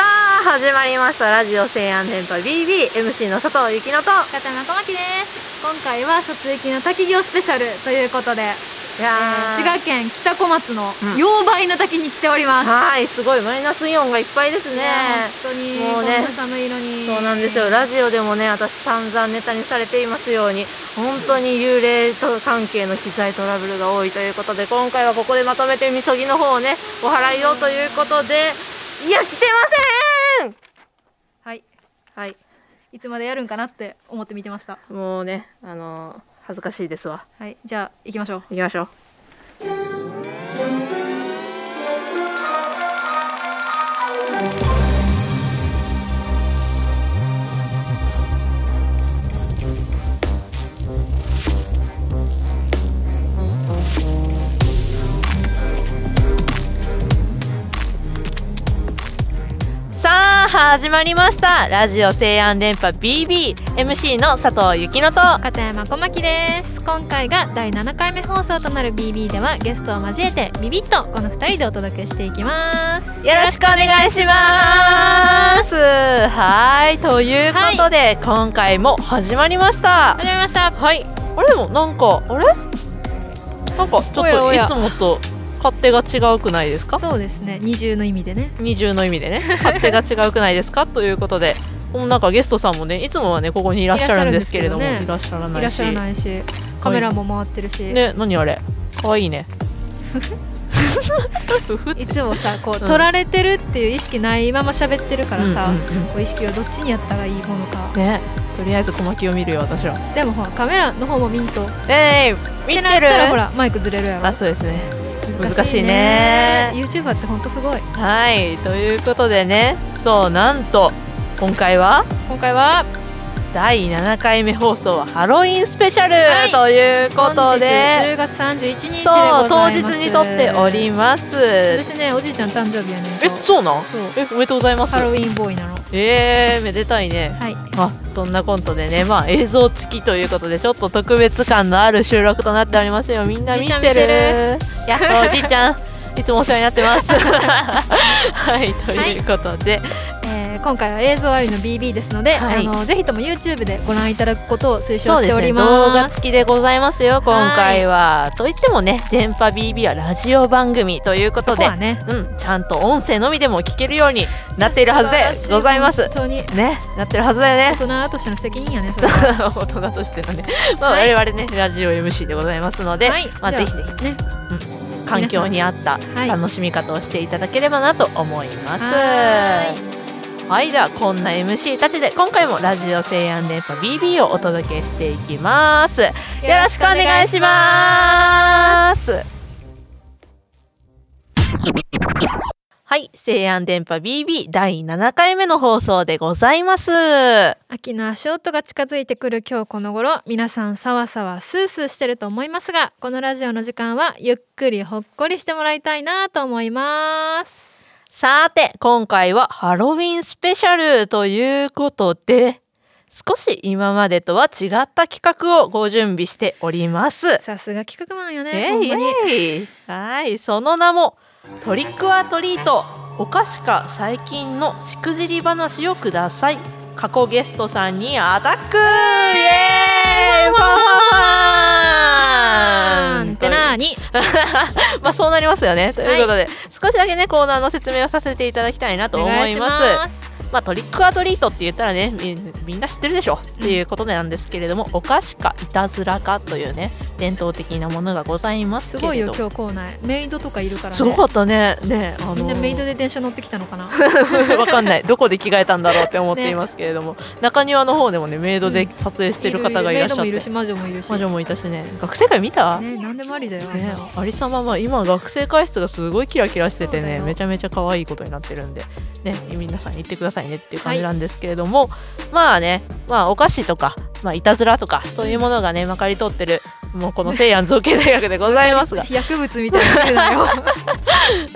始まりましたラジオ西安電波 BBMC の佐藤幸乃と片野小牧です今回は卒駅の滝行スペシャルということで、いえやー滋賀県北小松のうん溶梅の滝に来ております、はいすごいマイナスイオンがいっぱいですねね本当にもこうんねな寒いのにそうなんですよラジオでもね私散々ネタにされていますように本当に幽霊と関係の機材トラブルが多いということで今回はここでまとめてみそぎの方をねお払いをということでいや来てませんはいはいいつまでやるんかなって思って見てましたもうねあのー恥ずかしいですわはいじゃあ行きましょう行きましょうさあ始まりましたラジオ西安電波 BBMC の佐藤幸乃と片山小牧です今回が第7回目放送となる BB ではゲストを交えてビビッとこの2人でお届けしていきますよろしくお願いします。はい、ということで、今回も始まりました。始めましたはい、あれでもなんかあれ？なんかちょおっやおといやつもと勝手が違うくないですか？そうですね二重の意味でね二重の意味で ね、勝手が違うくないですか？ということで。もうなんかゲストさんもねいつもはねここにいらっしゃるんですけれどもいいらっしゃらないいらっししゃらないしカメラも回ってるし、ね何あれ可愛いねふふっていつもさこう、うん撮られてるっていう意識ないまま喋ってるからさ、うんうんうんこう意識をどっちにやったらいいものかねとりあえず小牧を見るよ私はでもほらカメラの方も見んとええ見ってなっるたらほらマイクずれるやろあそうですね難しいねね YouTuber ってほんとすごいはいということでねそうなんと今回は今回は第7回目放送はハロウィンスペシャル、はいというこ本と日で10月31日でございそう当ます日に撮っておりますえ私ねおじいちゃん誕生日やねんとそうなんそうえおめでとうございますハロウィンボーイなのはえー、めでたいねいあそんなコントでねまあ映像付きということでちょっと特別感のある収録となっておりますよみんな見てるおじいちゃん見てやっとおじいちゃんいつもお世話になってます はいということで、えー今回は映像ありの BB ですので、はいあのぜひとも YouTube でご覧いただくことを推そ奨うしでておすりねます動画付きでございますよ今回はといってもね電波 BB はラジオ番組ということここではねうんちゃんと音声のみでも聞けるようになっているはずでございます本当にねなってるはずだよね 大人としての責任やねそれは大人としてのね、まあ、はい我々ね、ラジオ MC でございますので、はいまあ、じゃぜあひぜひね環境に合ったはい楽しみ方をしていただければなと思います。ははい、ではこんな MC たちで今回もラジオ西安電波 BB をお届けしていきます。よろしくお願いします。はい、西安電波 BB 第7回目の放送でございます。秋の足音が近づいてくる今日この頃皆さんさわさわスースーしてると思いますがこのラジオの時間はゆっくりほっこりしてもらいたいなと思いますさて、今回はハロウィンスペシャルということで、少し今までとは違った企画をご準備しております。さすが企画マンよね、えほんいまにえいはい、その名も、トリックアトリート、お菓子か最近のしくじり話をください。過去ゲストさんにアタックイエーイファンファンファンなんてなーにまあそうなりますよね。ということで、少しだけねコーナーの説明をさせていただきたいなとお思願いいしま。ますまあトリックアトリートって言ったらねみみんな知ってるでしょっていうことなんですけれども、お菓子かいたずらかというね伝統的なものがございますすけれど。ごいよ今日校内メイドとかいるからねすごかったね。ね、あのーみんなメイドで電車乗ってきたのかな わかんない。どこで着替えたんだろうって思っていますけれども、中庭の方でもねメイドで撮影してる方がいらっしゃっメイドもいてる、し魔女もいるし魔女もいたしね。学生会見た？ね何でもありだよ、ね、ありさまは今学生会室がすごいキラキラしててそうだねよめちゃめちゃ可愛いことになってるんで、ね、皆さん行ってくださいねっていう感じなんですけれども、まあね、まあ、お菓子とか、まあ、いたずらとかそういうものがねまかり通ってるもうこの西安造形大学でございますが薬物みたいなの言うなよ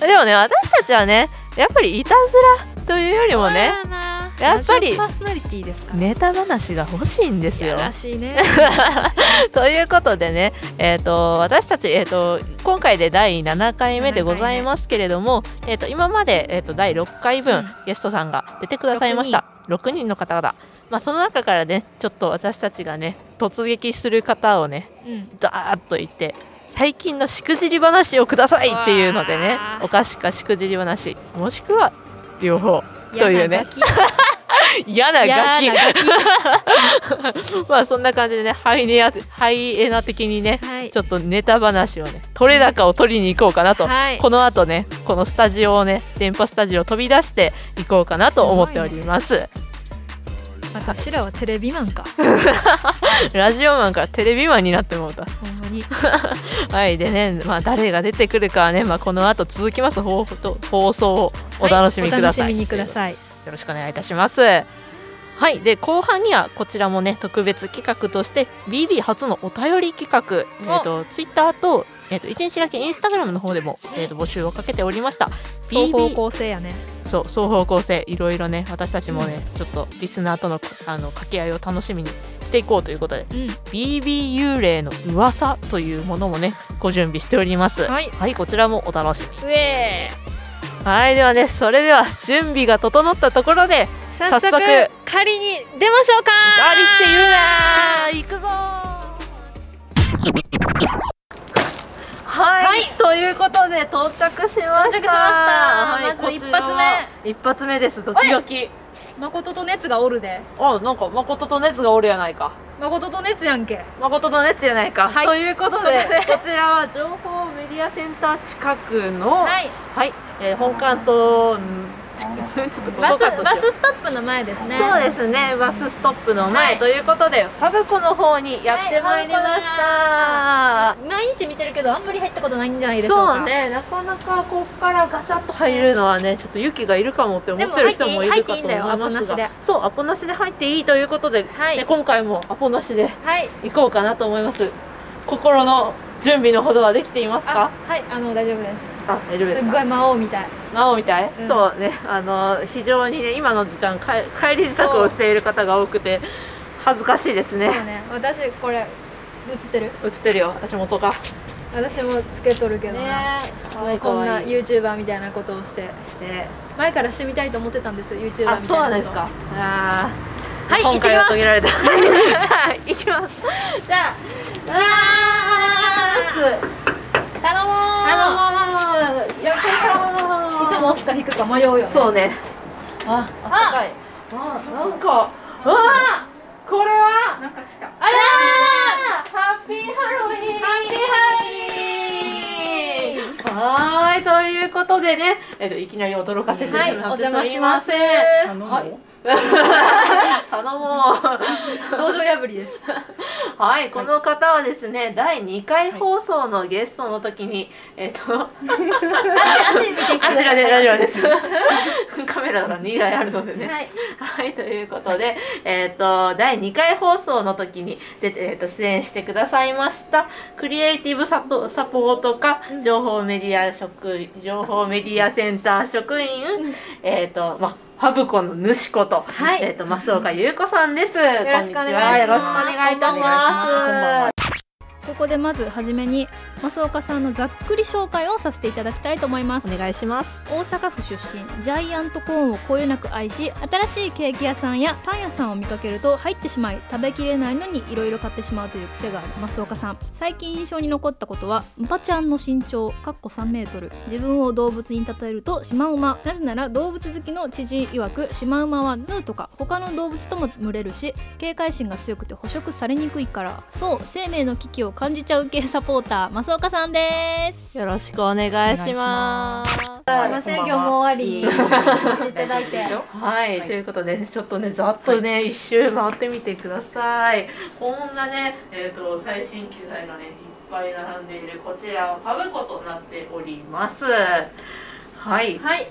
でもね私たちはねやっぱりいたずらというよりもねそうやなややっぱりパーソナリティですかネタ話が欲しいんですいや よ。らしいねということでね、えー、と私たち、えー、と今回で第7回目でございますけれども、えー、と今まで、えー、と第6回分、うんゲストさんが出てくださいました6人の方々、まあ、その中からねちょっと私たちがね突撃する方をねうんダーッと言って最近のしくじり話をくださいっていうのでうねわーお菓子かしくじり話もしくは両方というね嫌な嫌な ガガキキ嫌なガキまあそんな感じでねハイネアハイエナ的にね はいちょっとネタ話をね取れ高を取りに行こうかなと、はいこの後ねこのスタジオをね電波スタジオを飛び出していこうかなと思っております私らはテレビマンかラジオマンからテレビマンになってもうたほんま にはいでねまあ誰が出てくるかはねまあこの後続きます放送放送をお楽しみください、はいお楽しみにくださいよろしくお願いいたします。はい、で後半にはこちらもね特別企画として BB 初のお便り企画、おえっと Twitter と,、えっと1日だけ Instagram の方でも、えっと募集をかけておりました双方 BB 向性やねそう双方向性いろいろね私たちもね、ちょっとリスナーとのあの掛け合いを楽しみにしていこうということでうん BB 幽霊の噂というものもねご準備しております。はいはい、こちらもお楽しみ。うえはい、ではね、それでは準備が整ったところで、ー早早速速狩りに出ましょうかありって言うなー行くぞはい、はいということで到着しま到着しましたまずこちら一発一発目ですドキドキ誠と熱がおるであなんか誠と熱がおるやないか誠と熱やんけ誠と熱やないか、はいということ でということでこちらは情報メディアセンター近くのはい、いえー本館とんちちょっとここカッバストしようバスストップの前ですねそうですね、バスストップの前、はいということで、ファブコの方にやってまいりました。毎日見てるけどあんまり入ったことないんじゃないでしょうかそうね、なかなかここからガチャッと入るのはね、ちょっと勇気がいるかもって思ってる人もいるかと思いでも入っていい入っていいんだよアポまなすしでが、そう、アポなしで入っていいということで、はいね今回もアポなしではい行こうかなと思います。心の準備のほどはできていますあか？はいあの大丈夫ですあ、大丈夫ですすっかごい。魔王みたい魔王みたい、うんそうねあの非常にね今の時間か帰り支度をしている方が多くて恥ずかしいですそうねね私これ映ってる映ってるよ私元か私もつけとるけどな、可愛いこん可な愛い YouTuber みたいなことをしてね前からしてみたいと思ってたんです YouTuber みたいなあことそうなんですかあーはい今回は途行ってき切られたじ ゃあ行きますじゃあわーす頼もうあのーやっていつも押すか引くか迷うよねそうねああかいあなんかわあこれはなんか来た。あらハッピーハロウィーンーハッピーハロウィーはンーい、ということでね、えっと、いきなり驚かせてしまって、はいお邪魔しますすいせん。頼むはい。頼も道場破りですう。はい、この方はですね、第2回放送のゲストの時に、えっと、あっちあっち見てくださあいちらで大丈夫です。カメラが2台あるのでね。はい はい、ということで、えっ、と、第2回放送の時に出て、えっと出演してくださいました、クリエイティブサポサポート課、情報メディア職員、情報メディアセンター職員、えっ、と、ま、ファブコの主子と、はいえっ、と、増岡優子さんです。よろしくお願いしますよろしくお願いいたしお願いしますこんばんまはここでまずはじめに増岡さんのざっくり紹介をさせていただきたいと思いますす。願いします。大阪府出身ジャイアントコーンをこよなく愛し新しいケーキ屋さんやパン屋さんを見かけると入ってしまい食べきれないのにいろいろ買ってしまうという癖がある増岡さん最近印象に残ったことはムパちゃんの身長かっこ3メートル自分を動物に例えるとシマウマなぜなら動物好きの知人曰くシマウマはヌーとか他の動物とも群れるし警戒心が強くて捕食されにくいからそう生命の危機を感じちゃう系サポーター増岡さんですよろしくお願いします。すいません今日もう終わりにお越しいただいて大丈夫でしょはい、はいということでねちょっとねざっとね一周回ってみてくださいこんなねえっ、と最新機材がねいっぱい並んでいるこちらはパブコとなっておりますはいはい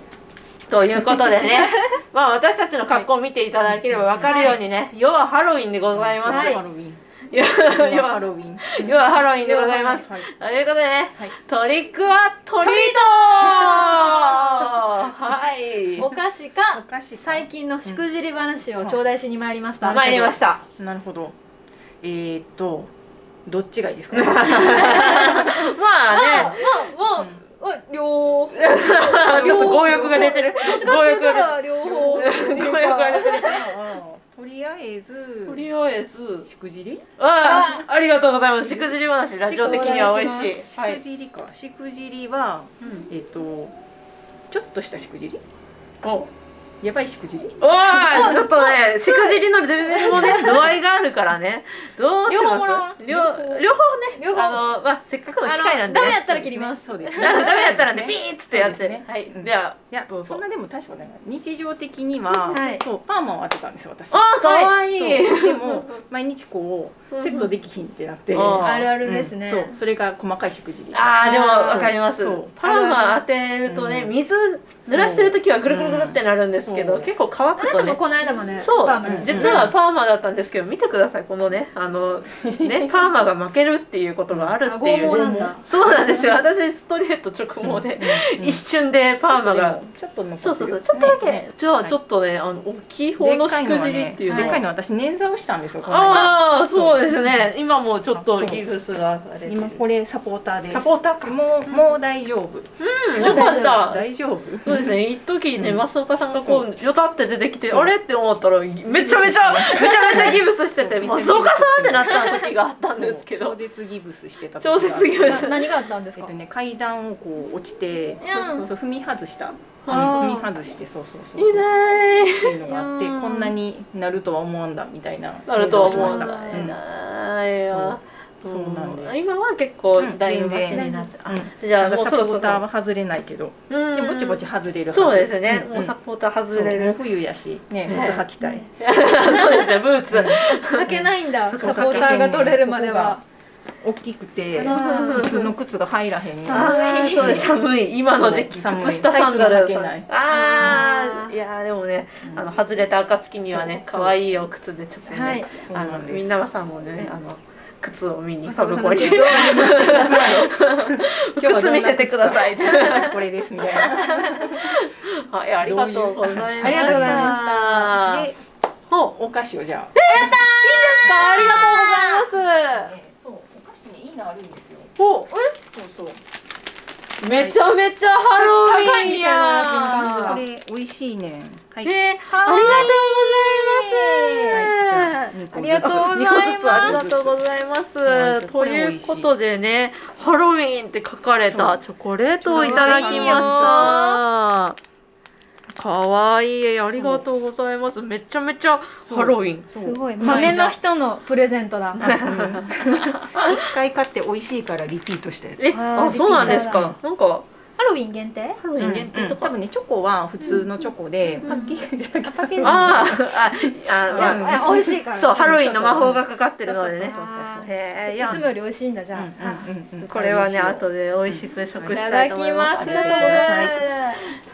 ということで ねまあ私たちの格好を見ていただければわかるようにね、夜はハロウィンでございます、はいハロウィン。夜夜はハロウィン。夜はハロウィンでございますはい。ということでね、はい トリックはトリートはいお菓子おか菓子か最近のしくじり話を頂戴しに参りました、参りましたなるほどえー、っとどっちがいいですか、まあねまあまあ両方どっちょっと強欲が出てるちかっ強ていう欲たがら両方出てる強欲が出てるとりあえずとりあえずしくじりああありがとうございますしくじり話ラジオ的には美味しいしはくいじりかしくじりはうんえー、っとちょっとしたしくじりおやばいしくじりうわあちょっとねしくじりのレベルもね度合いがあるからねどうし両ま方もらわんす両両方ね両方あのまあせっかくの機会なんであのダメやねったら切りますそうですねダメやったらねそうピですねーッつってやっそうてですねはいうんではいやどうぞそんなでも大したことないな日常的には、はいそうパーマを当てたんですよ私あーかわいいそうでも 毎日こうセットできひんってなって、うんうんあるあるですね、そうそれが細かいしくじりあーでもわかりますそうパーマ当てるとねうん水濡らしてる時はぐるぐるぐるってなるんですけそどう結構乾あくなたともねこの間もねそパーマうね実はパーマだったんですけど見てくださいこのねあ のねパーマが負けるっていうことがあるっていあ剛毛なうんねだそうなんですよ私ストレート直毛でうん一瞬でパーマがちょっと残ってそるうそうそうちょっとだけねじゃあはいちょっとねあの大きいで方っかのいしのくはじりねっていうでっかいねのは私捻挫をしたんですよこの間ああそそううですね今もうちょっあとそうギブスがされてる今これサポーターですサポーターかもうもう大丈夫うんよかった大丈夫そうですね、一時ね、うん増岡さんがこう、よたって出てきて、そうあれって思ったら、めちゃめちゃ、めちゃめちゃギブスしてて、そう増岡さんってなった時があったんですけそう超ど、絶ギブスしてた時が超絶ギブス。何があったんですえっかとね階段をこう落ちてうんそう踏み外したうんあー踏み外してそうそうそうそういない。っていうのがあっていやーこんなになるとは思わんだみたいななるとは思しうまんしだたいうんないよ。そうそうなんです今は結構うんだいぶマシ全然になって、うんあじゃあまだもうサそポろそーろターは外れないけどうんでぼちぼち外れるはずそうですね、んもうサポーターそ外うれる冬やしねね靴履きたいそうですねブーツ、履けないんだそうサポーターが取れるまでは大きくてあら普通の靴が入らへんあなーそうです寒い今の時期そう寒い靴下サンダルタイツも履けないあああーいやーでもねうんあの外れた暁にはねそう可愛いお靴でちょっとね、はいそうあなのんですみんなさんもねあの靴を見にファブコに そう今日はど靴んな見せてください 私これですみたいなはいありがとうございましたありがとうございしたまでほうお菓子をじゃあありがとうございますねそうお菓子ねいいのあるんですよほそうそううめちゃめちゃハロウィンこやんれ美味しいねんはいえーありがとうございます、あありがとうございます二個ずつありがとうございます。ということでね、ハロウィンって書かれたチョコレートをいただきました。かわいい、ありがとうございます。めちゃめちゃハロウィン。すすごい豆の人のプレゼントだ一回買って美味しいからリピートしたやつえ、あ、そうなんですか。なんか、ハロウィン限定ハロウィン限定と多か。分ねチョコは普通のチョコで、うんパッケージだけパッケージああ、あ、いやまあ、いや美味しいからそう、ハロウィンの魔法がかかってるのでねそう。そうそうそうへえ、いいやつも。より美味しいんだじゃあ、これはね、あ後とで美味しく食いしたただいきとま思すいます。ありがとうございます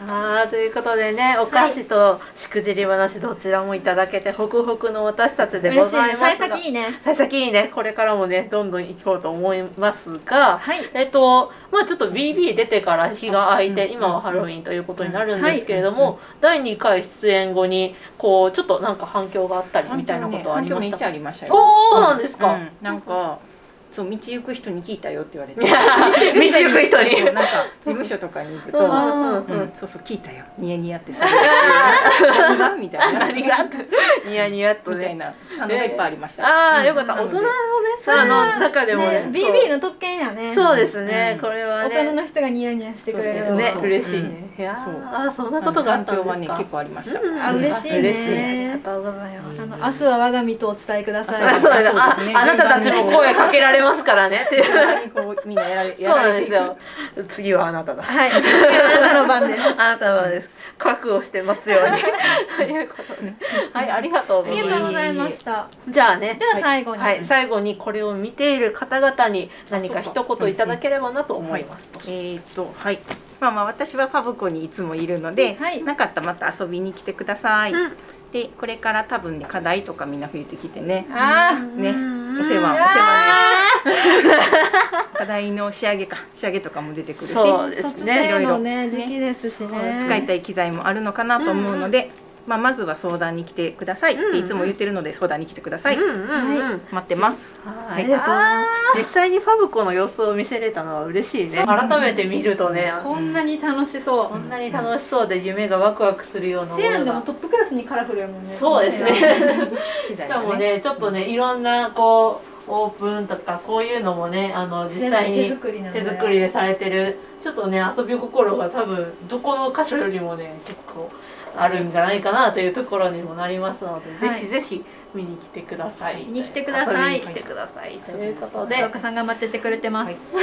あーということでねお菓子としくじり話どちらもいただけて、ホクホクの私たちでご嬉しいざいねますが幸先いいね幸先いいねこれからもねどんどん行こうと思いますがはいえっとまあちょっと BB 出てから日が空いて、うん今はハロウィンということになるんですけれども、第2回出演後にこうちょっとなんか反響があったりみたいなことはありまめしったちゃありましたよおそうなんですか、うんなんかそう道行く人に聞いたよって言 われていや道行く人にそうなんか事務所とかに行くと、うんんうんそうそう聞いたよニヤニヤって さ何がみたいな何があったニヤニヤっとみたねいな反応がいっぱいありました、ああよかったうん大人のね空の中でもねねこう BB の特権やねそうですね、うんこれは大ね人の人がニヤニヤしてくれるそうそうねそう嬉しいね、いやーそうあーそんなことがあったんですか、環境はね結構ありました、うんあ嬉しいね嬉しいありがとうございます、うあんの明日は我が身とお伝えくだあさいそうですそうですねああなたたちも声かけられますからねっていうそんなにこうみんなやら れそうなんですやられよ 次はあなただはい次はあなたの番ですあなたはです覚悟して待つように ということではいありがとうごあざりいがまとうございましたすじゃあねでは最後に、はい、最後にこれを見ている方々に何か一言いただければなと思います。てえーっとはいまあまあ私はファブコにいつもいるので、はいなかったらまた遊びに来てください、うんでこれから多分ね課題とかみんな増えてきてねあーねお世話お世話にあ課題の仕上げか仕上げとかも出てくるしそうですねいろいろね時期ですしね使いたい機材もあるのかなと思うので、まあ、まずは相談に来てくださいっていつも言ってるので相談に来てください、うんうんうん、待ってますはい、ありがとうございまあー実際にファブコの様子を見せれたのは嬉しいね改めて見るとねこんなに楽しそう、こんなに楽しそうで夢がワクワクするようなもセアのンでもがトップクラスにカラフルやもんねそうですね機し材かもがねちょっとねいろんなこうオープンとかこういうのもねあの実全部際手に作りなんだ手よ作りでされてるちょっとね遊び心が多分どこの箇所よりもね結構あるんじゃないかなというところにもなりますので、はいぜひぜひ見に来てください見に来てください遊びに来てくださいということで松岡さんが待っててくれてます、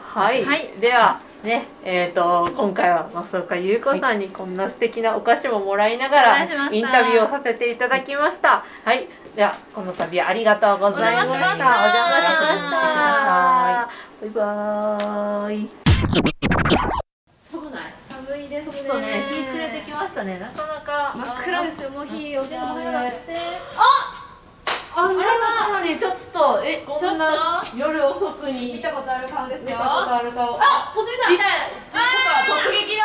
はい、はいではねえー、と今回は増岡優子さんにこんな素敵なお菓子ももらいながら頂戴しましたインタビューをさせていただきましたはいではこの度はありがとうございましたお邪魔しましたお邪魔しましたバイおバーイすごない寒いですねちょっとね日暮れてきましたねなかなか真っ暗ですよもう日おしまいだってあんなのにちょっとえこんな夜遅くに見たことある顔ですよある顔あ持ってきた突撃だ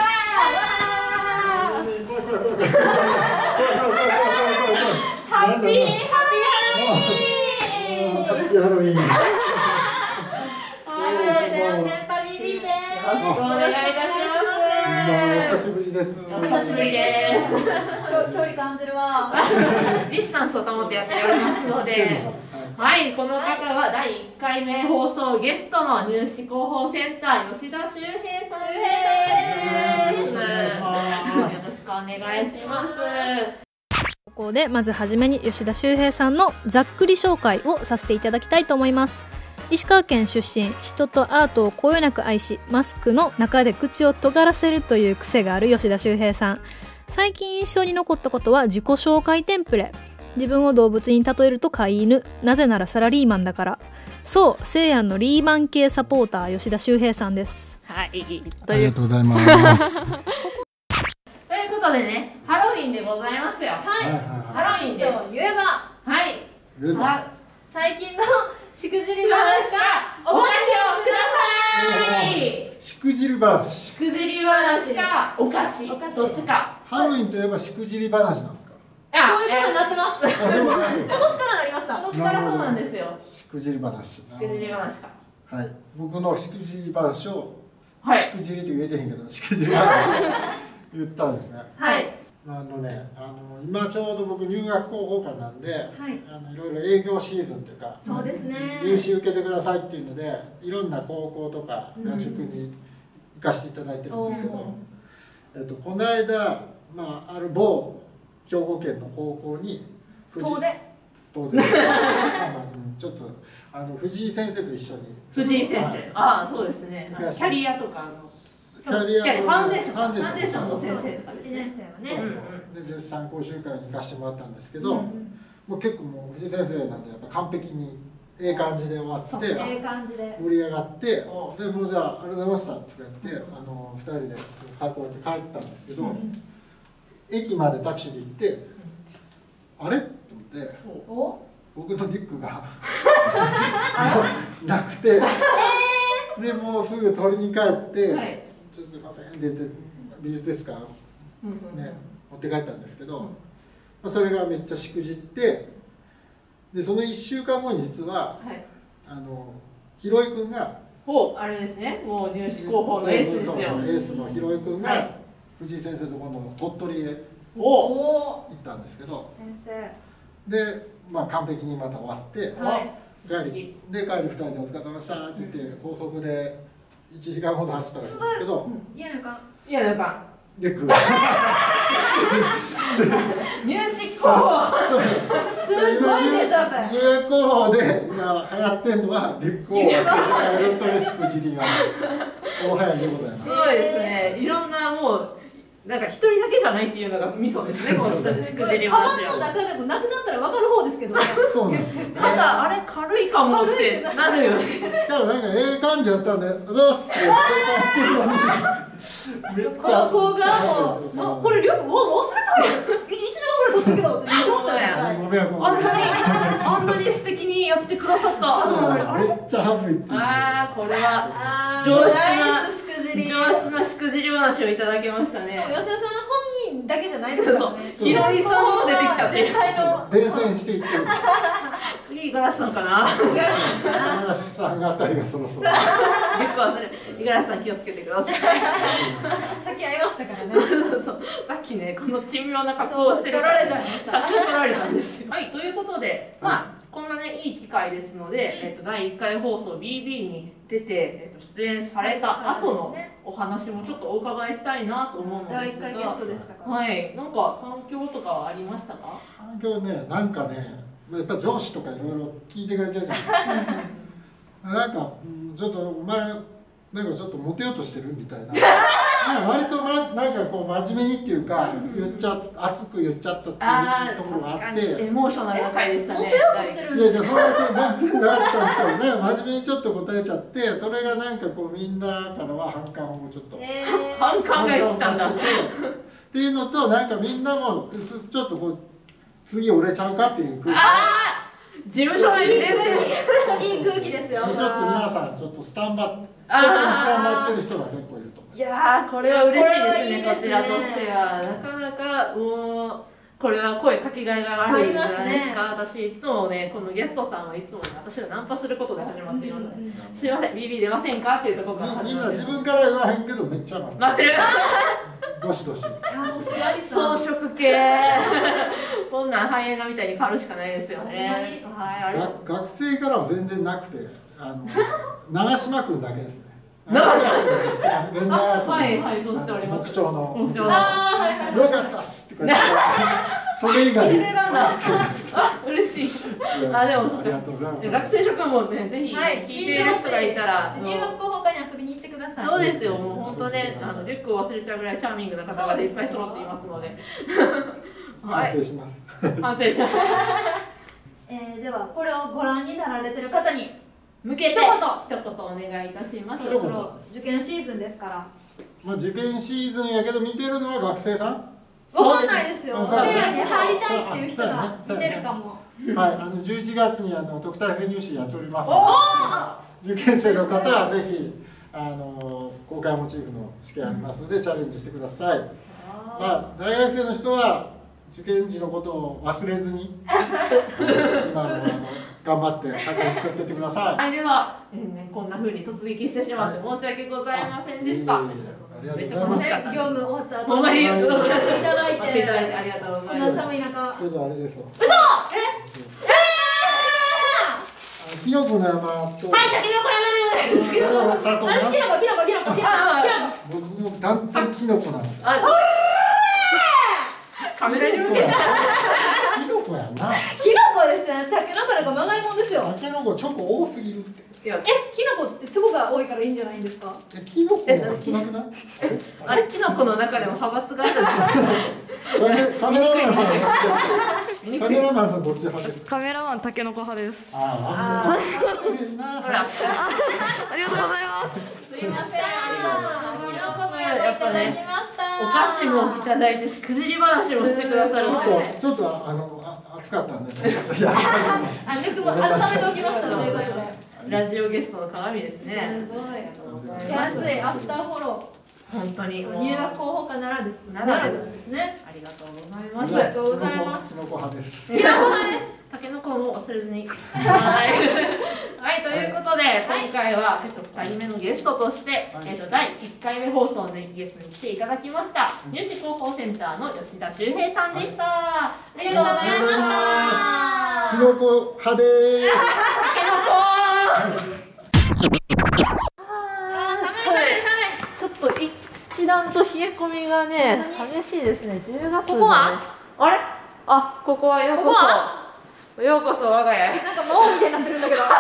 ハッピーハッピーハ ロウィン千年パビリーでよろしくお願いいたしまあおま久しぶりですすお久しぶりですす距離感じるわディスタンスを保ってやっておりますのではいこの方は第1回目放送ゲストの入試広報センター吉田修平さんですよろしくお願いしまよろすしくお願いしますここでまずはじめに吉田修平さんのざっくり紹介をさせていただきたいと思います石川県出身人とアートをこよなく愛しマスクの中で口を尖らせるという癖がある吉田修平さん最近印象に残ったことは自己紹介テンプレ自分を動物に例えると飼い犬なぜならサラリーマンだからそう西安のリーマン系サポーター吉田修平さんですはいありがとうございますはということでねハロウィンでございますよいはいはハロウィンです言えばはいい上野は最近のしくじり今話かお菓子をくださいしくじり話くずり話かお菓子お菓子どっちかハロウィンといえばしくじり話なんですかあなってますあそうなんだ今年からなりましたえー今年から そうなんですよしくじり話くずり話かはい僕のしくじり話をはいしくじりって言えてへんけどしくじり話を言ったんですね はいあのね、あの今ちょうど僕入学広報課なんで、いあのいろいろ営業シーズンというかそうですね入試受けてくださいっていうのでいろんな高校とかが塾に行かせていただいてるんですけど、えっと、この間、まあ、ある某兵庫県の高校に藤井遠出遠出 まあまあうんちょっとあの藤井先生と一緒に藤井先は生いああそうですねキャリアとかのキャリアファンデーションファンデーションの先生とかです一ね年生のそうねそうで絶賛講習会に行かせてもらったんですけど、もう結構もう藤井先生なんでやっぱ完璧にええ感じで終わってええ感じで盛り上がってでおもうじゃあありがとうございましたって言ってあの2人でこうやって帰ったんですけど、駅までタクシーで行ってあれと思ってお僕のリュックがなくてでもうすぐ取りに帰って「はいちょっとすいません」って言って美術室からね、持って帰ったんですけど、まあ、それがめっちゃしくじってでその1週間後に実ははいあのひろいくんがおあれですねもう入試広報のエースですよそうそうそうエースのひろいくんはがい藤井先生と今度鳥取へおお行ったんですけど先生で、まあ、完璧にまた終わってはい帰りで帰り2人で「お疲れ様でした」って言って高速で1時間ほど走ったらしいんですけど嫌な感いやなんかリュ ックがそう入試広報そうですすごいデジャブ入学候補で今流行ってんのはリュックを忘れて帰るというしくじりが大流行りでございますす。ごいですね。いろんなもう。なんか一人だけじゃないっていうのがミソですね。こそううしそうたしくじりカバ話ンのを。中でもなくなったら分かる方 ですけどねそうなんですよ。しただあれ軽いかもってなるよね。かもなんかええ感じやったんで、うっすって帰ってるのに、めっこちゃの子がもうなこれリュックお忘 れたよ一時間ぐらい取ったけどって言ってましたそうやねごめんごめん。あんなにあんなに素敵にやってくださった。あめっちゃ恥ずいっていうあー、これはあ上質なナイスしくじりしか上質なしくじり話をいただきましたも吉田ね。さん本人だけじゃないですよねそうヒロミさんも出てきたっていう全体の伝染していって る次、五十嵐さんか な。山梨さんあたりがそろそろ結構忘れ、五十嵐さん気をつけてください。先会いましたからねそうそうさっきね、この珍妙な格好をしてるそう撮られちゃいました写真撮られたんですよ。はい、ということで、まあ、こんなね、いい機会ですので、えっと、第1回放送 BB に出て、えっと、出演された後のお話もちょっとお伺いしたいなと思うの第で一す回ゲスが、トでしたから、はい、なんか反響とかはありましたか環境ねなんかねまあやっぱ上司とかいろいろ聞いてくれてるじゃないですかなんかうんちょっとお前なんかちょっとモテようとしてるみたいななんか割と、ま、なんかこう真面目にっていうか言っちゃ熱く言っちゃったっていうところがあってエモーショナルな回でしたね。モテようとしてるんいでやいやそんなこと全然なかったんですけどね真面目にちょっと答えちゃってそれがなんかこうみんなからは反感をちょっと。え反感が来たんだ反感を。買っててっていうのとなんかみんなもすちょっとこう次俺ちゃうかっていう空気事務所で冷静に。ー、いい空気ですよちょっと皆さんちょっとスタンバって世界にスタンバってる人が結構いると思ういやー、これは嬉しいですね、ここちれらはいいですねとしては。なかなか、もう、これは声かけがいがあるんじゃないですか。私、いつもね、このゲストさんはいつもね私がナンパすることで始まっています。すいません、BB 出ませんかっていうところからみ始みんまなって自分から言わへんけどめっちゃ待ってる。どしどし装飾系。こんなんハイエナみたいに狩るしかないですよね。はい、あれ。が学生からは全然なくてあ の長島君だけですね長島君ですね全然あとはいはい存じております木彫の木彫あーはいはいよかったっすって感じで それ以外入れたんだそうあ、嬉しい。あでもそっかありがとうございますじゃあ学生諸君もね、ぜひはい聞いてる人がいたら、入学もう後放課に遊びに行ってくださいそうですよ、もう本当ね、あのリュックを忘れちゃうぐらいチャーミングな方々いっぱい揃っていますので、は反い、省します、反省します。えー、ではこれをご覧になられてる方に向けて一一言言お願いいたします。そろそろ受験シーズンですからまあ、受験シーズンやけど見てるのは学生さんわかんないですよ。わそかんないれらに入りたいっていう人が見てるかも。はい、あの11月にあの特待生入試やっておりますおので受験生の方はぜひあの公開モチーフの試験ありますので、チャレンジしてください、まあ、大学生の人は受験時のことを忘れ ずに今もあの頑張って作品作ってってくださいはい、では、えーね、こんな風に突撃してしまって申し訳ございませんでしあたいえ。いえあめりっちがゃとうご楽ざいますしかった業です。務終わった後ほんまに待ありがとうございっていただい待っていただいてて、ありがとうござこいんまなす。寒い中、それではあれですよ嘘えキノコの山と、はい、竹の子あれは里あれ好きなな子、キノコ、キノコ、キノコ、キノコ。僕も断然キノコなんですよ山。あ、カメラに向けて。キノコやなキノコですね。タケノコなんかまがいもんですよ。タケノコチョコ多すぎるっていやえ、キノコってチョコが多いからいいんじゃないんですか。えキノコえの方が少なくないあれ、キノコの中でも派閥があるんですえカメラマンさんどっち見 ですにかくカいメ。ラマンさんどっち派ですかカメラマンタケノコ派です。あああんなほら、ありがとうございます。すいません。キノコの山いただきました。お菓子もいただいて、しくじり話もしてくださるちょのっで。とちょっとあのあ暑かった んでいやあ、ぬくも改めておきましたということで。ラジオゲストの鏡ですね。すごい手厚いアフターフォロ本当に。ー。入学候補課ならです。奈良ですね。ありがとうございあまりす。がとうございますキノコ派ですキノコです。タケノコも忘れずに。はい。 はい、ということで、今回は、えっと、二人目のゲストとして、はいえっと、第一回目放送のゲストに来ていただきました。入試広報センターの吉田修平さんでした。ありがとうございました。キノコ派ですタケノコ寒い寒いちょっと一段と冷え込みがね激しいですね10月、ね、ここはあれあここはようこそここようこそ我が家へなんか魔王みたいになってるんだけど。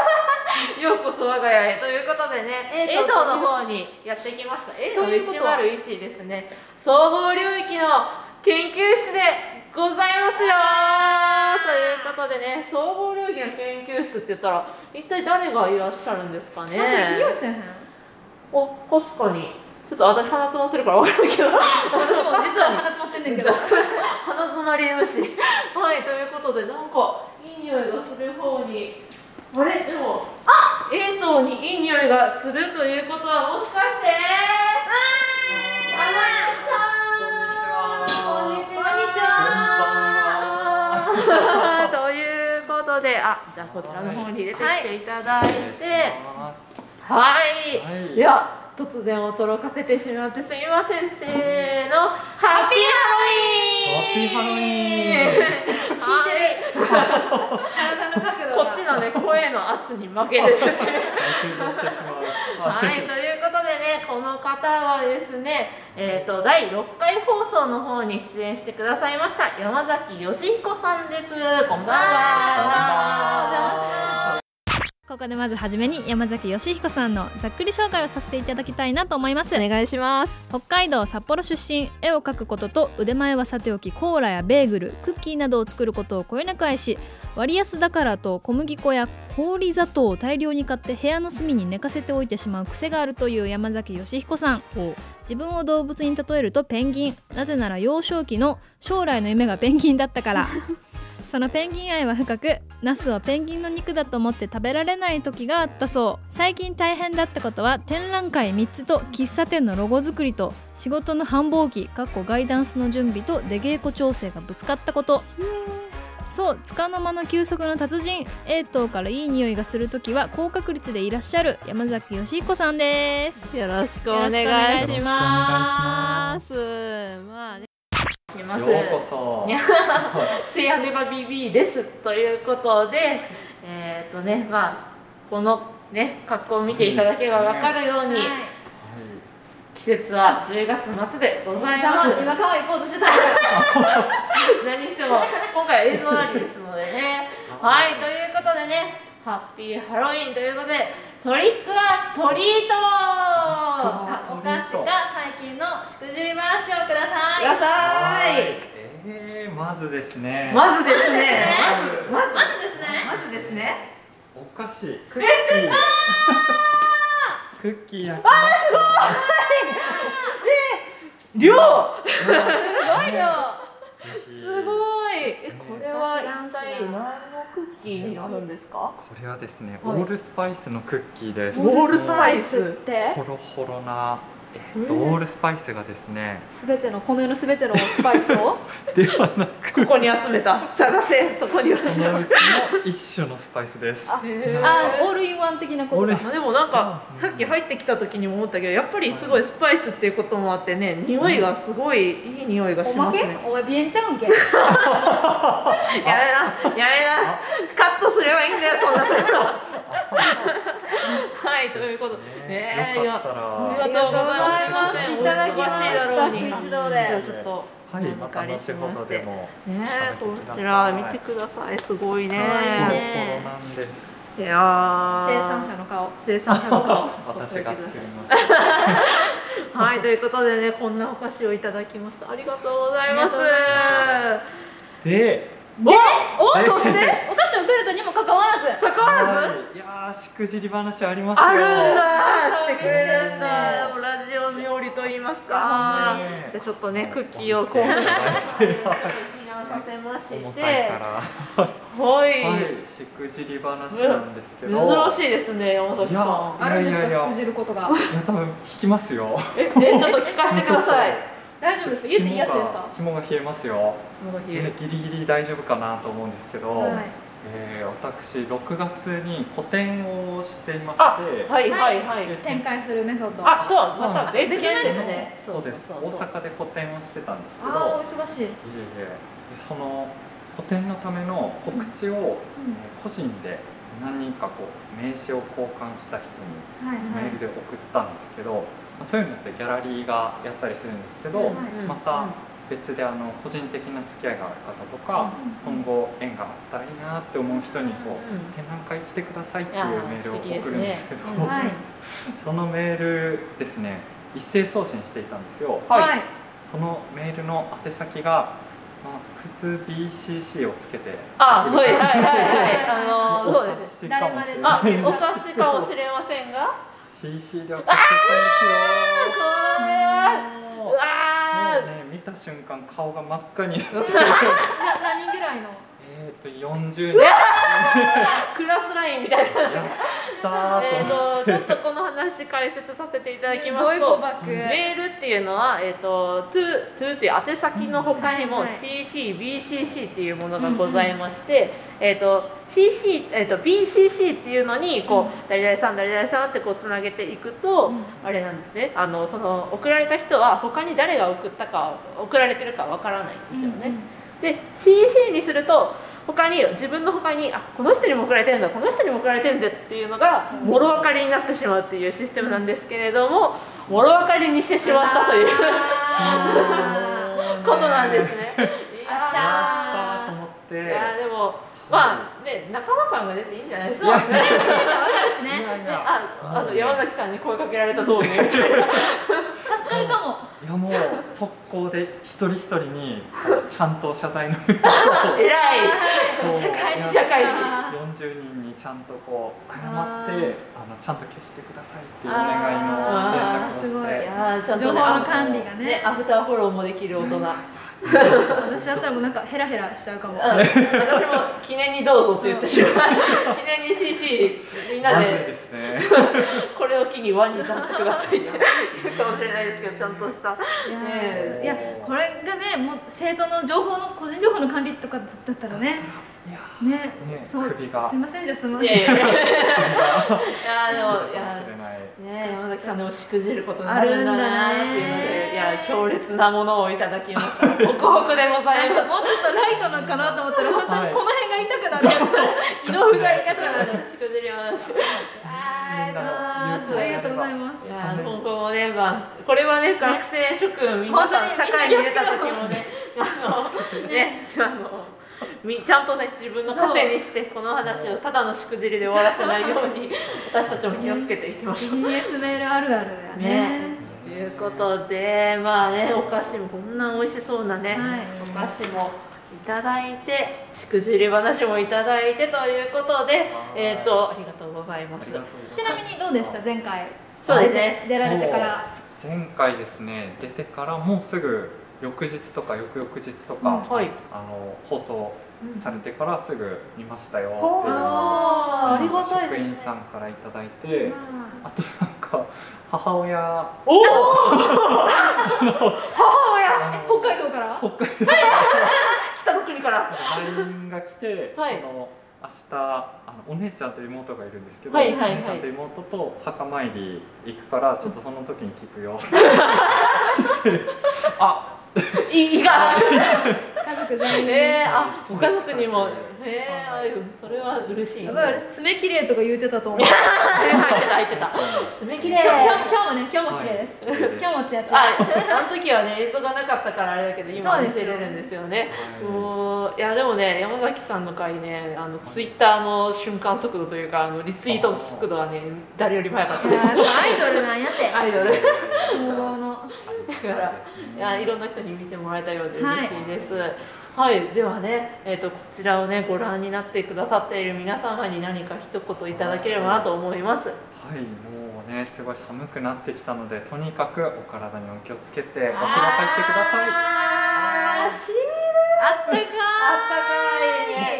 ようこそ我が家へということでね A えーと棟の方にやってきました A 棟いうことは101ですね総合領域の研究室でございますよーということでね総合領域の研究室って言ったら一体誰がいらっしゃるんですかねなんか匂いせえへん。お確かにちょっと私鼻詰まってるから分からんけど私も確実は かに鼻詰まってんねんけど。鼻詰まり虫はいということでなんかいい匂いがする方にこれ超あ遠藤にいい匂いがするということはもしかしてわー山崎さんこんにちはこんにちは ということであじゃあこちらの方に出てきていただいてはい、はいでは突然驚かせてしまってすみませんせーのハッピーハロウィーンハッピー ハロウ聞いてるこっちの ね声の圧に負けてるっていう削ってしまう。 はい、ということでね、この方はですね、えっ、と第6回放送の方に出演してくださいました山崎よしこさんです。こんばんは。ここでまずはじめに山崎義彦さんのざっくり紹介をさせていただきたいなと思いますお願いします北海道札幌出身絵を描くことと腕前はさておきコーラやベーグルクッキーなどを作ることをこよなく愛し割安だからと小麦粉や氷砂糖を大量に買って部屋の隅に寝かせておいてしまう癖があるという山崎義彦さん自分を動物に例えるとペンギンなぜなら幼少期の将来の夢がペンギンだっ たからそのペンギン愛は深くナスをペンギンの肉だと思って食べられない時があったそう最近大変だったことは展覧会3つと喫茶店のロゴ作りと仕事の繁忙期かっこガイダンスの準備と出稽古調整がぶつかったことそうつかの間の休息の達人 A 棟からいい匂いがする時は高確率でいらっしゃる山崎義彦さんですよろしくおお願願いいししまますすまあねします。ようこそ。にゃシェアネバ BB ですということで、えっ、とね、まあこのね格好を見ていただければわかるように、季節は10月末でございます。今可愛いポーズしてたから何しても今回は映像ありですので ねはいということでねハッピーハロウィンということでトリックはトリートあお菓子か最近のしくじり話をくださいくださはいい。えー、まずですね。まずですねまずまずですねずですねお菓子。クッキー。クッキーや。あ量ー、すすごい。ごい量すすごい。いえこれは一体何のクッキーになるんですかこれはですね、はいオールスパイスのクッキーです。オールスパイスってほろほろな。えっと、オールスパイスがですね。すべてのこの世のすべてのスパイスをではなく。ここに集めた探せそこに 集そめたのうちの一種のスパイスです。あオールインワン的なことオールだス まあでもなんかさっき入ってきた時にも思ったけどやっぱりすごいスパイスっていうこともあってね匂いがすごいいい匂いがおしまますけねお前鼻炎ちゃうんけやめなやめなカットすればいいんだよそんなと ころはいということでねえいよかやったあら。りがとうございまあすりいただきますお忙しいだろうにスタッフ一同じゃあでちょっとはおい、ま預たかりし後まほどしでても。ねえこ食べてくださいちら見てくださいすごいねほろいほろなんです。いや生産ー者の顔生産者の顔私が作りました。はい、ということでね、こんなお菓子をいただきました。ありがとうございます。で、お、そして、お菓子をくれたにもかかわらず関わらず。はいいやー、しくじり話 ありますよ。あるんだ。してくれるんそうだで。ラジオ冥利と言いますか。ねじゃ、ちょっとね、クッキーをこう。避難させまして。重たい から。はい。はい、しくじり話なんですけ珍ど。いしいですね、山崎さん。や。いやいやいや、いやじることが多分引きますよ。え、えちょっと聞かせてください。大丈夫ですか言っていいやつですか紐が紐が冷えますよ。山崎えーギリギリ大丈夫かなと思うんですけど、えー私6月に個展をしていまして、はいはいはえい。ー展開するメソッドあ、とはまた別件ですね。そうです大阪で個展をしてたんですけど、あお忙しいいえいえでその個展のための告知を、えー個人で何人かこう名刺を交換した人にはいメールで送ったんですけど、まあそういうのってギャラリーがやったりするんですけど、うんまた別であの個人的な付き合いがある方とか、今後縁があったらいいなって思う人にこう、うんうん展覧会来てくださいっていいやうーメールを素敵ですね送るんですけどうんはい そのメールですね一斉送信していたんですよ。はい。そのメールの宛先が、まあ、普通 BCC をつけてあ、はいはいはいはい。あ のおー、そうで察す。しかもしれあ、ないお察しかもしれませんが、 CC で送ってきたんですよこれは、うわわね見た瞬間顔が真っ赤に なってな何ぐらいのえっと40人やクラスラインみたいな。ったーとえ思ー、って。とちょっとこの話解説させていただきますすごいと誤爆メールっていうのは、えー、と to, to っていう宛先の他にも CCBCC っていうものがございまして、えーと CC えー、と BCC っていうのにこう誰々さん誰々さんってこうつなげていくと、あれなんですねあのその送られた人は他に誰が送ったか送られてるかわからないんですよね。で CC にすると他に自分の他にあこの人にも送られてるんだこの人にも送られてるんだっていうのがもろ分かりになってしまうっていうシステムなんですけれどももろ分かりにしてしまったということなんですね。あちやゃったーと思って。いやでもまあね仲間感が出ていいんじゃないですいやか。ね、いやいやああの山崎さんに声かけられたどう ねみたいな。助かるかもいやもう速攻で一人一人にこうちゃんと謝罪のメール偉いを社会人社会人。 40人にちゃんとこう謝ってあのちゃんと消してくださいっていうお願いの連絡をあーすごしいていやーちゃんとね情報の管理がねねアフターフォローもできる大人。私だったらもうなんかヘラヘラしちゃうかもうん私も記念にどうぞって言ってしまう記念に CC みんなまずいでですねこれを機にワンに立ってくださいって言うかもしれないですけどちゃんとしたねいやこれがねもう生徒の情報の個人情報の管理とかだったらねいやねねそう首がすいませんじゃあすいまいやいせんやいやいやでもい出てるかもしやれないね山崎さんでもしくじることになるんだなっていうのあるんだねでいや強烈なものをいただきましたホクホクでございますもうちょっとライトなのかなと思ったら本当にこの辺が痛くなる、色ふがいたくなるしくじり話みんなのありがとうございますいやー今後もね、まあ、これはね、学生諸君、皆さん、社本当に会に出た時もね、あの、 ね、あの。みちゃんとね、自分の糧にして、この話をただのしくじりで終わらせないように。私たちも気をつけていきましょう。 BS メールあるあるやねねということで、まあね、お菓子もこんな美味しそうなね、はいお菓子もいただいて、しくじり話もいただいてということで、えっ、と、ありがとうございまありすがとう。ございますちなみにどうでした前回そうですね。出られてから前回ですね出てからもうすぐ翌日とか翌々日とか、はい。あの放送されてからすぐ見ましたよっていうのをあーありがたいです職ね員。さんからいただいてあとなんか母親おお、北海道から北海道北の国から。の LINE が来て、 はいその明日あのお姉ちゃんと妹がいるんですけど、はいはいはいお姉ちゃんと妹と墓参り行くからちょっとその時に聞 くよ あい、いが。家族全員 ええ あ、ご家族にも。ええあ、それは嬉しい。やばい私爪綺麗とか言うてたと思う入ってた、入って た。爪切れ。今日今あ、日今日もね今日も綺麗です、はい今日もツヤツヤあの時はね、映像がなかったから、あれだけど、今そう見ですせよれるんですよね。はいもう、いや、でもね、山崎さんの回ね、あのツイッターの瞬間速度というか、あのリツイートの速度はね、誰よりも早かったです。アイドルなんやってアイドル。総合のだから いやいろんな人に見てもらえたようで嬉しいです。はい、ではね、えっ、とこちらをねご覧になってくださっている皆様に何か一言いただければなと思います。はい、もうね、すごい寒くなってきたので、とにかくお体にお気をつけて、お風呂入ってください。あーしあったかーあったかい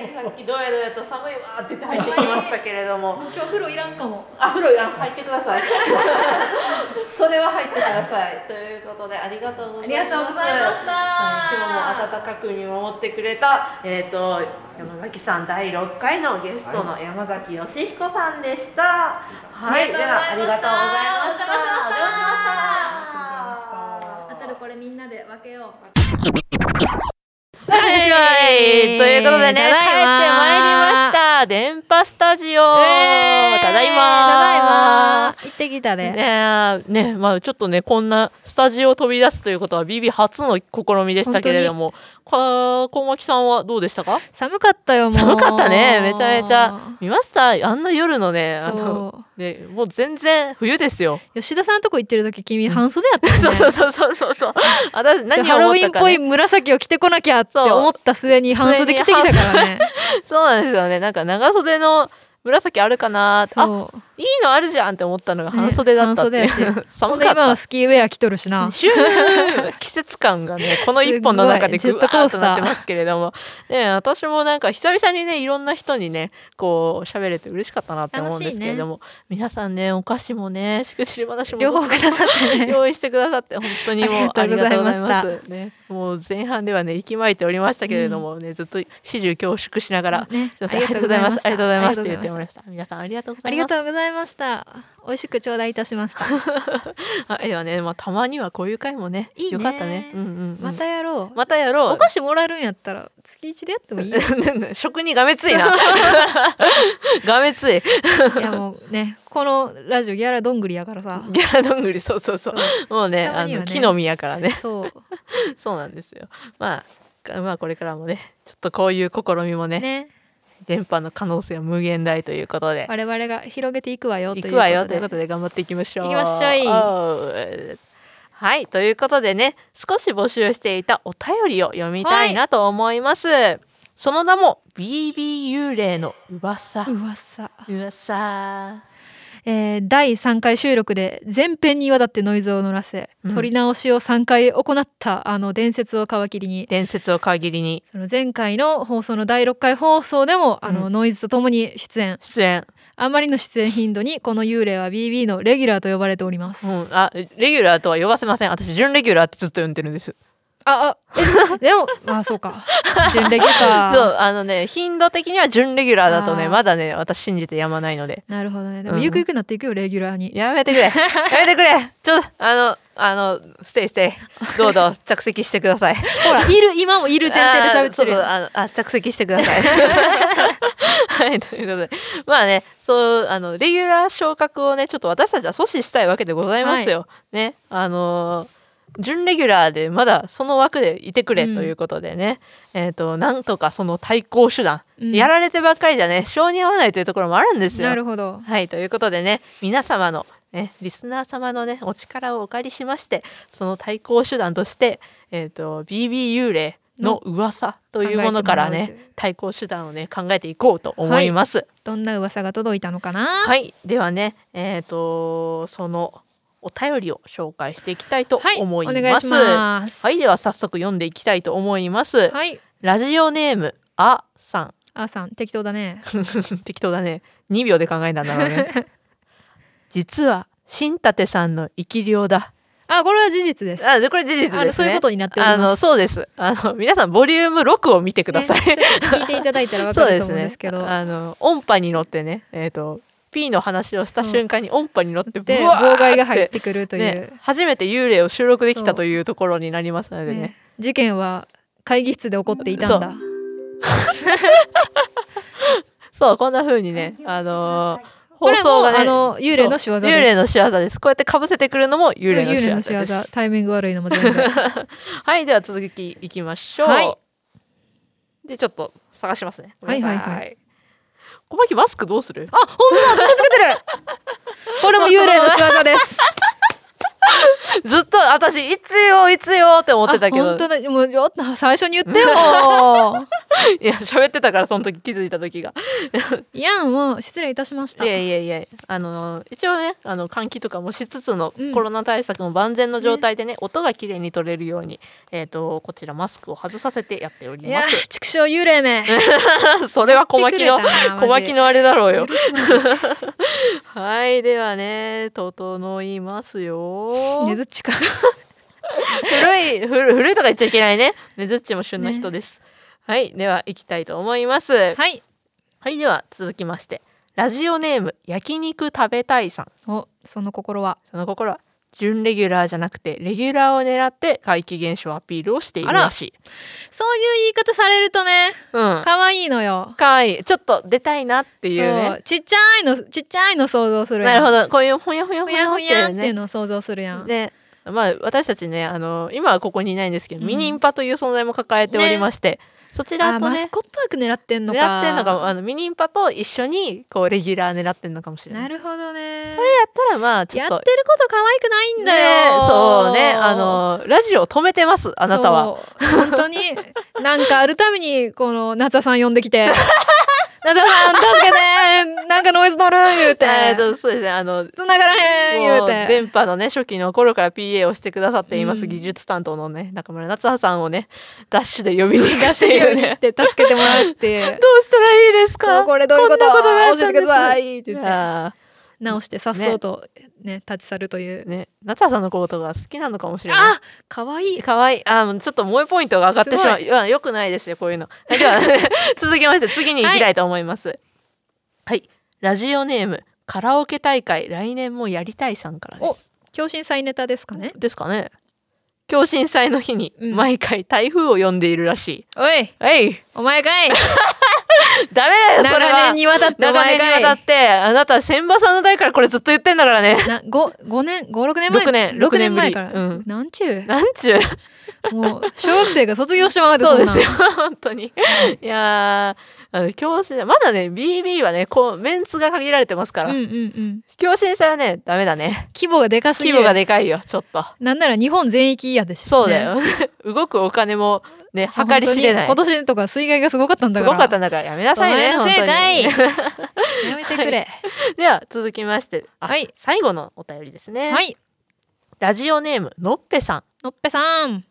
ね。さっきどやどやと寒いわーって言って入ってきましたけれども、今日風呂いらんかもあ風呂あ入ってください。 それは入ってください。ということでありがとうございまあす。りがとうございましたはい今日も温かく見守ってくれた、えー、と山崎さん第6回のゲストの山崎義彦さんでした。はい、ではありがとうございました。お邪魔しましたお邪魔しました。あたるこれみんなで分けようはい、ということでね、帰ってただいままいりました。電波スタジオ。ただいま。ただいま行ってきたで、ねえねえまあちょっとねこんなスタジオを飛び出すということは BB 初の試みでしたけれどもか小牧さんはどうでしたか寒かったよもう寒かったねめちゃめちゃ見ましたあんな夜のねあのそうねもう全然冬ですよ、吉田さんのとこ行ってる時君半袖やったよねそうそうそうそうそう そう私何ハをロ思ウっィンたか、っぽいね、紫を着てこなきゃって思った末に半袖着てきたからねそうなんですよねなんか長袖の紫あるかなあそういいのあるじゃんって思ったのがね半袖だったって、半袖やほ 寒んでかっ今はたスキーウェア着とるしなシュー季節感がねこの一本の中ですごグいワーッとなっジェットコースターてますけれども、ね、私もなんか久々にねいろんな人にねこう喋れて嬉しかったなって思うんですけれども、皆さんねお菓子もねしくじり話も両方くださってね 用意してくださって本当にもうあありりががととううごござざいいましたます。ね、もう前半ではね息巻いておりましたけれどもね、ずっと始終恐縮しながら、ねすいませんありがとうございますありがとうございますあっりてが言とってうござもらいいましました皆さんありがとうご ざたあいりますがとうございました美味しく頂戴いたしましたあいやねまあたまにはこういう回もねいいねよかったねうんうんうん、またやろう、またやろうお菓子もらえるんやったら月一でやってもいいよ 食にがめついながめついいやもうねこのラジオギャラどんぐりやからさギャラどんぐりそうそうそうもうねたまあにはねの木の実やから ねそうそうなんですよまあかまあこれからもねちょっとこういう試みもねね電波の可能性は無限大ということで我々が広げていくわよとい行うことでくわよということで頑張っていきましょう行きましょいおうはいということでね少し募集していたお便りを読みたいなと思います、その名も BB 幽霊の噂噂噂えー第3回収録で全編にわたってノイズを乗らせ、うん撮り直しを3回行ったあの伝説を皮切りに伝説を限りにその前回の放送の第6回放送でもあの、うノイズとともに出演出演、あまりの出演頻度にこの幽霊は BB のレギュラーと呼ばれております、うん、あレギュラーとは呼ばせません私準レギュラーってずっと呼んでるんですああえ でもまあそうか準レギュかそうあのね頻度的には準レギュラーだとあねーまだね私信じてやまないのでなるほどねでもうんゆくゆくなっていくよレギュラーにやめてく れやめてくれちょっとあのあのステイステイどう ぞ着席してくださいほらいる今もいる前提で喋ってあーそうそるうあのあ着席してくだ さいはいということでまあねそうあのレギュラー昇格をねちょっと私たちは阻止したいわけでございますよ、ねあのー準レギュラーでまだその枠でいてくれうんということでね、えっ、となんとかその対抗手段、うんやられてばっかりじゃね性に合わないというところもあるんですよなるほどはいということでね皆様のねリスナー様のねお力をお借りしましてその対抗手段として、えー、と BB 幽霊の噂というものから考えてもらうとね対抗手段をね考えていこうと思います。どんな噂が届いたのかなはい、ではねえっ、とそのお便りを紹介していきたいとはい思います。お願いしますはいでは早速読んでいきたいと思います。はいラジオネームあさんあーさん適当だね 適当だね2秒で考えたんだろうね。 実は新立さんの生き量だ。あこれは事実ですあ、でこれ事実ですあね。のそういうことになっておりますあのそうです。あの皆さんボリューム6を見てください。 ねちょっと聞いていただいたらわそかうるでとす思うんね。ですけどあの音波に乗ってね、えっ、と P の話をした瞬間に音波に乗ってでブワー妨害が入ってくるという、ね、初めて幽霊を収録できそたうというところになりますのでねね。事件は会議室で起こっていたんだそうこんな風にね、あのーこ放れ送も、がねあの幽霊の仕業そでうす幽霊の仕業です。こうやって被せてくるのも幽霊の仕業幽霊ので仕業す。タイミング悪いのも全然はい、では続きいきましょう。はいで、ちょっと探しますね。ごめんなさ。はいはいはい小牧マスクどうする？あ本当だつけてる これも幽霊の仕業ですずっと私いつよいつよって思ってたけあど本当だもうよ最初に言ってよいや喋ってたからその時気づいた時が いやんもう失礼いたしましいたやいやいやあの一応ねあの換気とかもしつつの、うんコロナ対策も万全の状態でね音がきれいに取れるようにえっ、とこちらマスクを外させてやっておりいまやす畜生幽霊め それは小牧の言ってくれたなマジ小牧のあれだろうよ はいではね整いますよねずっち か古い古い古いとか言っちゃいけないねねずっちも旬な人です、はいでは行きたいと思いますはいはいでは続きましてラジオネーム焼肉食べたいさんおその心はその心は準レギュラーじゃなくてレギュラーを狙って怪奇現象アピールをしているらしいそういう言い方されるとねうん可愛いのよかわいいちょっと出たいなっていうそねうちっちゃいのちっちゃいの想像するやんなるほどこういうほやほやふほややふやっていうねのを想像するやん、ねまあ私たちねあの今はここにいないんですけど、ミニンパという存在も抱えておりまして、そちあらーとマねスコット枠狙ってんのか狙ってんのかもあのミニンパと一緒にこうレギュラー狙ってんのかもしれないなるほどねそれやったらまあちょやっってとること可愛くないんだよ、ねそうねあのラジオ止めてますあなたは そう本当になんかあるためにこの夏田さん呼んできてなださん助けてなんかノイズ乗る言うてえーとそうですねあの繋がらへん言もううて電波のね初期の頃から PA をしてくださっています、うん技術担当のね中村夏葉さんをねダッシュで呼びに行ダッっシてュい中うに行っねて助けてもらうっ ていうどうしたらいいですそうかこれどういうことんなことがあった教えんてでくすださいってい言ってや直してさっそうとね立ち去るというーね夏葉さんのことが好きなのかもしれないあ可愛いかわいいあーもうちょっと萌えポイントが上がってしまうすいやよくないですよこういうの では続きまして次に行きたいと思いますはい、ラジオネームカラオケ大会来年もやりたいさんからです強心祭ネタですかねですかね共震祭の日にうん毎回台風を呼んでいるらしおいい、えいお前かいダメだよそれは 長年にわたってお長前年にかわいたってあなた千葉さんの代からこれずっと言ってんだからね な五五年五六年前六年六年六年ぶ前りから、うんなんちゅうなんちゅうもう小学生が卒業してまうでそうでんなすよ本当にいやーあの共振まだね BB はねこうメンツが限られてますから、うんうんうん共振祭はねダメだね規模がでかすぎ規る模がでかいよちょっとなんなら日本全域やでしそうだねよ、 動くお金もね計り知れない本当に今年とか水害がすごかったんだすからごかったんだからやめなさいねお前のせいかい本当にやめてくれ では続きまして、あはい最後のお便りですね、はいラジオネームのっぺさんのっぺさん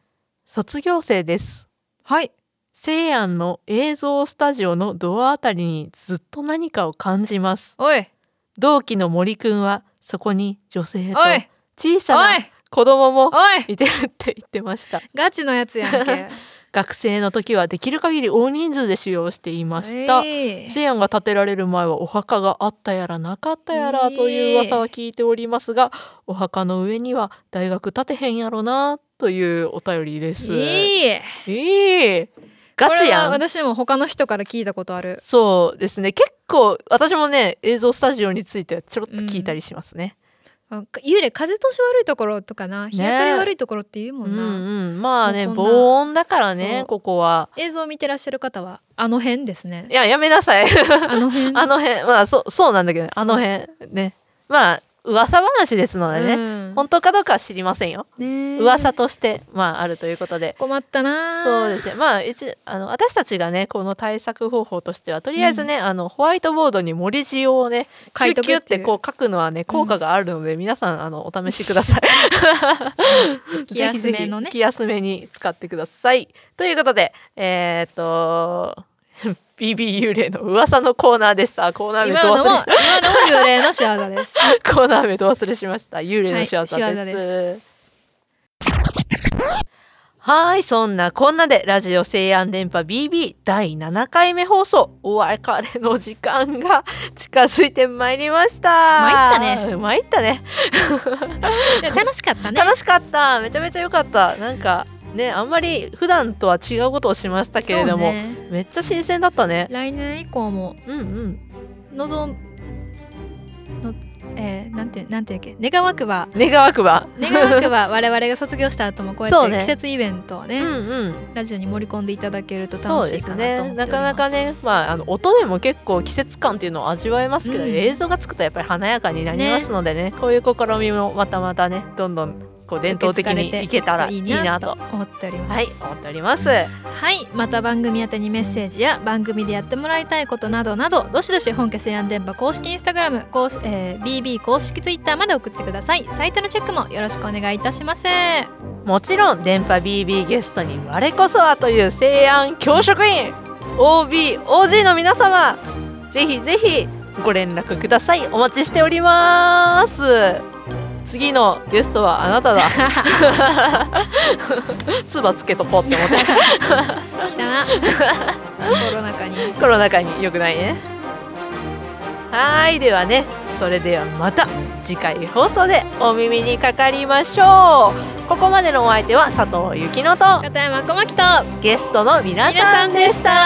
卒業生ですはい西安の映像スタジオのドアあたりにずっと何かを感じますおい同期の森くんはそこに女性とおい小さおない子供もおいいてるって言ってましたガチのやつやん け学生の時はできる限り大人数で使用していました、えー西安が建てられる前はお墓があったやらなかったやらという噂は聞いておりますが、お墓の上には大学建てへんやろなというお便りです。えいいえガチやこれんは私も他の人から聞いたことあるそうですね結構私もね映像スタジオについてはちょろっと聞いたりしますね。あ幽霊風通し悪いところとかな日当たり悪いところっていうもうんんな、うん、まあねもうこんな防音だからねそうここは。映像を見てらっしゃる方はあの辺ですねいややめな さいあの辺あの辺まあそうそうなんだけどねあの辺ねまあ噂話ですのでね、うん本当かどうかは知りませんよ。ねえ噂として、まあ、あるということで。困ったなあそうですね、まあ、一あの私たちがねこの対策方法としてはとりあえずね、あのホワイトボードに盛り字をねキ書ュいとッくキュッっていてうこう書くのはね効果があるので、皆さんあのお試しくだ さい。気休めのぜひぜひね気休めに使ってください。ということでえーっと BB 幽霊の噂のコーナーでした。コーナー名今どの忘もれし今のも幽霊の仕業ですコーナー名ど忘れしました。幽霊の仕業です。ははいい、仕業そでんなこんなでラジオ西安電波 BB 第7回目放送お別れの時間が近づいてまいりました参ったね参ったねいや楽しかったね楽しかっためちゃめちゃ良かったなんかねあんまり普段とは違うことをしましたけれども、そうねめっちゃ新鮮だったね来年以降もうんうん望むのえー、なんてなんていうっけ願わくば願わくば願わくば我々が卒業した後もこうやそっうてね季節イベントをね、うんうんラジオに盛り込んでいただけるとそ楽うしでいすかなと思ねなっておりますかなかね、まあ、あの音でも結構季節感っていうのを味わえますけど、うん映像がつくとやっぱり華やかになりますのでねこういう試みもまたまたねどんどんこう伝統的にいけたらいいなと。思っておりますはい思っております。はいまた番組宛てにメッセージや番組でやってもらいたいことなどなどどしどし本家西安電波公式インスタグラム公式、えー BB 公式ツイッターまで送ってくださいサイトのチェックもよろしくお願いいたし ますもちろん電波 BB ゲストに我こそはという西安教職員 OBOG の皆様ぜひぜひご連絡くださいお待ちしております次のゲストはあなただ つばつけとこうって思って 来たな心の中にコロナ禍に良くないねはーいではねそれではまた次回放送でお耳にかかりましょうここまでのお相手は佐藤幸乃と片山小牧とゲストの皆皆ささんんででししたた。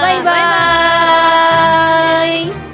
バイバイ。